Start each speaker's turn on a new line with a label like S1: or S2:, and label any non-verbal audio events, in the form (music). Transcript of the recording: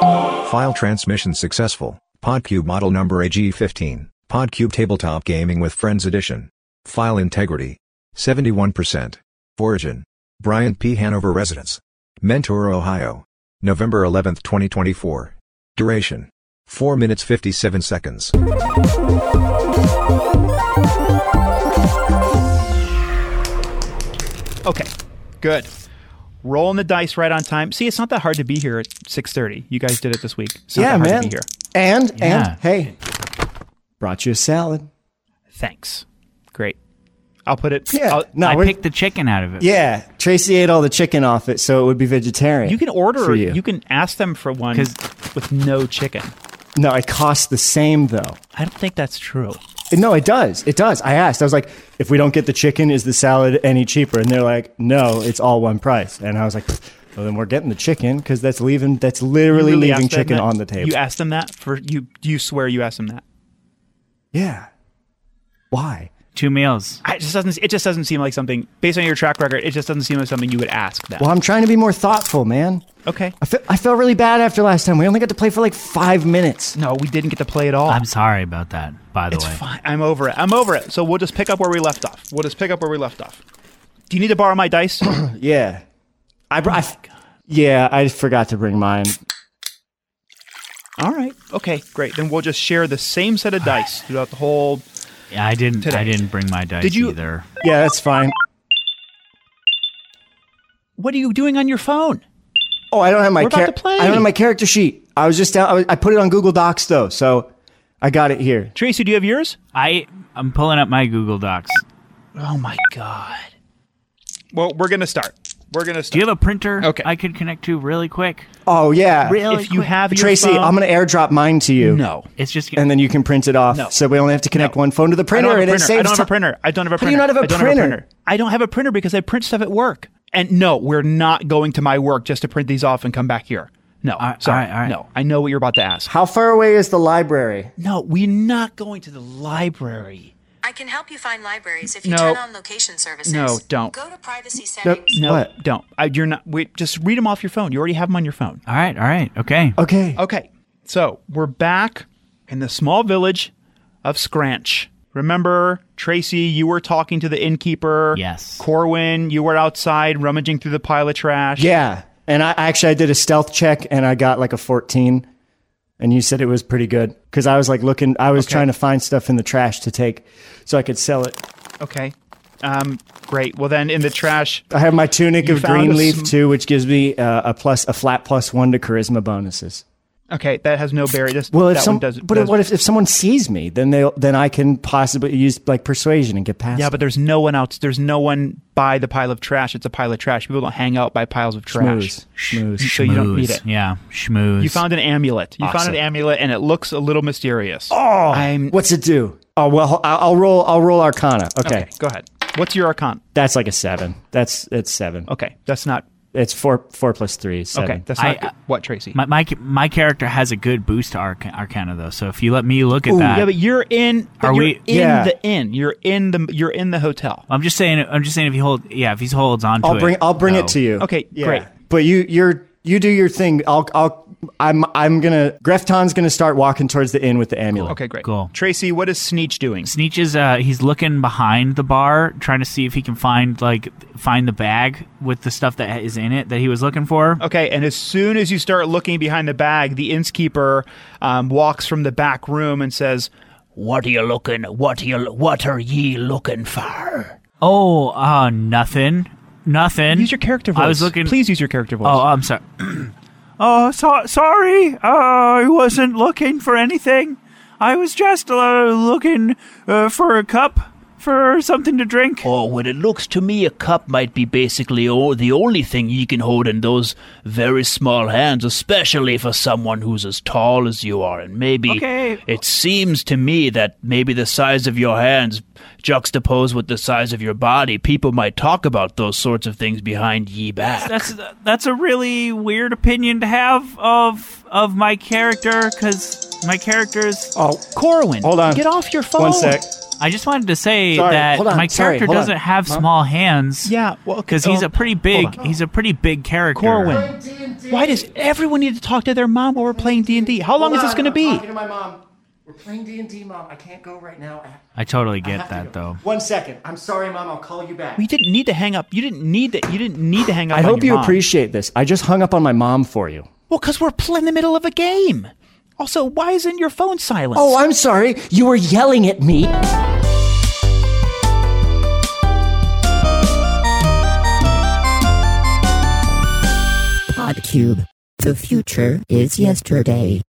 S1: File transmission successful. PodCube model number AG15. PodCube Tabletop Gaming with Friends Edition. File integrity 71%. Origin Bryant P. Hanover residence. Mentor, Ohio. November 11, 2024. Duration 4 minutes 57 seconds.
S2: Okay, good. Rolling the dice right on time. See, it's not that hard to be here at 6.30. You guys did it this week. It's not that
S3: yeah,
S2: hard
S3: man.
S2: to be here.
S3: And
S4: Yeah.
S3: and hey, brought you a salad.
S2: Thanks. Great. I'll put it.
S3: Yeah,
S2: I'll-
S3: no,
S4: I
S3: we're-
S4: picked the chicken out of it.
S3: yeah. Tracy ate all the chicken off it, so it would be vegetarian.
S2: you can order.
S3: for
S2: You.
S3: you.
S2: can ask them for one
S4: 'Cause-
S2: with no chicken.
S3: no, it costs the same though.
S2: I don't think that's true.
S3: No, it does. It does. I asked. I was like, if we don't get the chicken, is the salad any cheaper? And they're like, no, it's all one price. And I was like, well, then we're getting the chicken because that's leaving. That's
S2: You really
S3: literally leaving
S2: asked them
S3: chicken
S2: that?
S3: on the table.
S2: You asked them that for you. You swear you asked them that.
S3: yeah. Why?
S4: Two meals.
S2: I, it just doesn't. It just doesn't seem like something based on your track record. It just doesn't seem like something you would ask them.
S3: Well, I'm trying to be more thoughtful, man.
S2: Okay.
S3: I, fe- I felt really bad after last time. We only got to play for like five minutes.
S2: No, we didn't get to play at all.
S4: I'm sorry about that, by the
S2: it's
S4: way.
S2: fine. I'm over it. I'm over it. So we'll just pick up where we left off. We'll just pick up where we left off. Do you need to borrow my dice?
S3: Yeah. I, br- I f- yeah, I forgot to bring mine.
S2: all right. Okay. Great. Then we'll just share the same set of dice throughout the whole.
S4: Yeah, I didn't.
S2: Today.
S4: I didn't bring my dice
S2: Did you-
S4: either.
S3: Yeah, that's fine.
S2: What are you doing on your phone?
S3: Oh, I don't have my
S2: We're about
S3: char-
S2: to play.
S3: I don't have my character sheet. I was just down, I, was- I put it on Google Docs though, so I got it here.
S2: Tracy, do you have yours?
S4: I I'm pulling up my Google Docs.
S2: Oh my god. Well, we're gonna start. We're gonna
S4: Do
S2: start.
S4: you have a printer?
S2: Okay.
S4: I could connect to really quick.
S3: Oh yeah,
S4: Really?
S2: if you
S4: quick?
S2: have your
S3: Tracy,
S2: phone,
S3: I'm gonna airdrop mine to you.
S2: no.
S4: It's just
S3: and then you can print it off.
S2: No.
S3: So we only have to connect
S2: No.
S3: one phone to the
S2: I
S3: printer,
S2: don't have a
S3: and it
S2: printer. I
S3: saves.
S2: don't have a
S3: ti-
S2: printer. I don't have a
S3: How
S2: printer.
S3: do you not have a
S2: I don't
S3: printer?
S2: Have a printer. I don't have a printer because I print stuff at work. And no, we're not going to my work just to print these off and come back here. No,
S4: right,
S2: sorry,
S4: all right, all right.
S2: no. I know what you're about to ask.
S3: How far away is the library?
S2: No, we're not going to the library.
S5: I can help you find libraries if you
S2: No.
S5: turn on location services.
S2: No, don't.
S5: Go to privacy settings.
S2: No,
S3: What?
S2: don't. I, you're not. Wait, just read them off your phone. You already have them on your phone.
S4: all right. All right. Okay.
S3: Okay.
S2: Okay, so we're back in the small village of Scranch. Remember, Tracy, you were talking to the innkeeper.
S4: Yes.
S2: Corwin, you were outside rummaging through the pile of trash.
S3: Yeah, and I actually I did a stealth check and I got like a 14, and you said it was pretty good because I was like looking, I was trying to find stuff in the trash to take so I could sell it.
S2: Okay. Um, great. Well, then in the trash,
S3: I have my tunic
S2: You
S3: of
S2: found
S3: green
S2: a
S3: leaf
S2: sm-
S3: too, which gives me uh, a plus a flat plus one to charisma bonuses.
S2: okay, that has no berry. This,
S3: Well, if
S2: that
S3: some,
S2: one does,
S3: but
S2: does-
S3: what if, if someone sees me, then they will then I can possibly use like persuasion and get past.
S2: yeah,
S3: them.
S2: but there's no one else. There's no one by the pile of trash. It's a pile of trash. People don't hang out by piles of trash.
S3: Schmooze. Schmooze.
S2: So you don't need
S4: Schmooze.
S2: it.
S4: Yeah. Schmooze.
S2: You found an amulet. You found
S3: Awesome.
S2: an amulet, and it looks a little mysterious. Oh, I'm.
S3: What's it do? Oh well, I'll, I'll roll. I'll roll Arcana. Okay.
S2: Okay, go ahead. What's your arcana?
S3: that's like a seven. That's it's seven.
S2: Okay, that's not.
S3: It's four four plus three. is Seven.
S2: Okay, that's
S4: I-
S2: not. good. what Tracy?
S4: my, my my character has a good boost to Arc- Arcana though. So if you let me look at that,
S2: yeah, but you're in. But
S4: Are
S2: you're
S4: we-
S2: in
S3: Yeah.
S2: the inn? You're in the. You're in the hotel.
S4: I'm just saying. I'm just saying if he hold. Yeah. If he holds on to
S3: I'll
S4: it.
S3: bring I'll bring
S4: though.
S3: it to you.
S2: Okay, great.
S3: But you you're you do your thing. I'll I'll I'm I'm gonna Grefton's gonna start walking towards the inn with the amulet.
S2: Okay, great.
S4: Cool.
S2: Tracy, what is Sneech doing?
S4: Sneech is uh, he's looking behind the bar, trying to see if he can find like find the bag with the stuff that is in it that he was looking for.
S2: Okay, and as soon as you start looking behind the bag, the innkeeper um, walks from the back room and says, "What are you looking? What are you? What are ye looking for?"
S4: Oh, uh, nothing, nothing.
S2: Use your character voice.
S4: I was looking.
S2: Please use your character voice.
S4: Oh, I'm sorry. (clears throat) oh, so- sorry. Uh, I wasn't looking for anything. I was just uh, looking uh, for a cup for something to drink.
S2: Oh.
S6: Or what Oh, it looks to me, a cup might be basically o- the only thing you can hold in those very small hands, especially for someone who's as tall as you are. And maybe
S4: Okay.
S6: it seems to me that maybe the size of your hands juxtaposed with the size of your body, people might talk about those sorts of things behind ye back.
S4: That's that's a really weird opinion to have of of my character because my character's.
S3: Oh
S2: Corwin,
S3: hold on.
S2: Get off your phone.
S3: one sec.
S4: I just wanted to say
S3: Sorry,
S4: that
S3: hold on,
S4: my
S3: sorry,
S4: character
S3: hold on.
S4: doesn't have small hands.
S2: Yeah, well, oh,
S4: because he's a pretty big. He's a pretty big character.
S2: Corwin. Why does everyone need to talk to their mom while we're playing D and D? How long is this going to be?
S3: to my mom. We're playing D and D, mom. I can't go right now.
S7: I totally get that though.
S3: One second. I'm sorry, mom. I'll call you back.
S2: You didn't need to hang up. You didn't need that. You didn't need to hang up.
S3: I
S2: on
S3: hope
S2: your
S3: you
S2: mom.
S3: appreciate this. I just hung up on my mom for you.
S2: Well, because we're pl- in the middle of a game. Also, why isn't your phone silenced?
S3: Oh, I'm sorry. You were yelling at me.
S8: Podcube. The future is yesterday.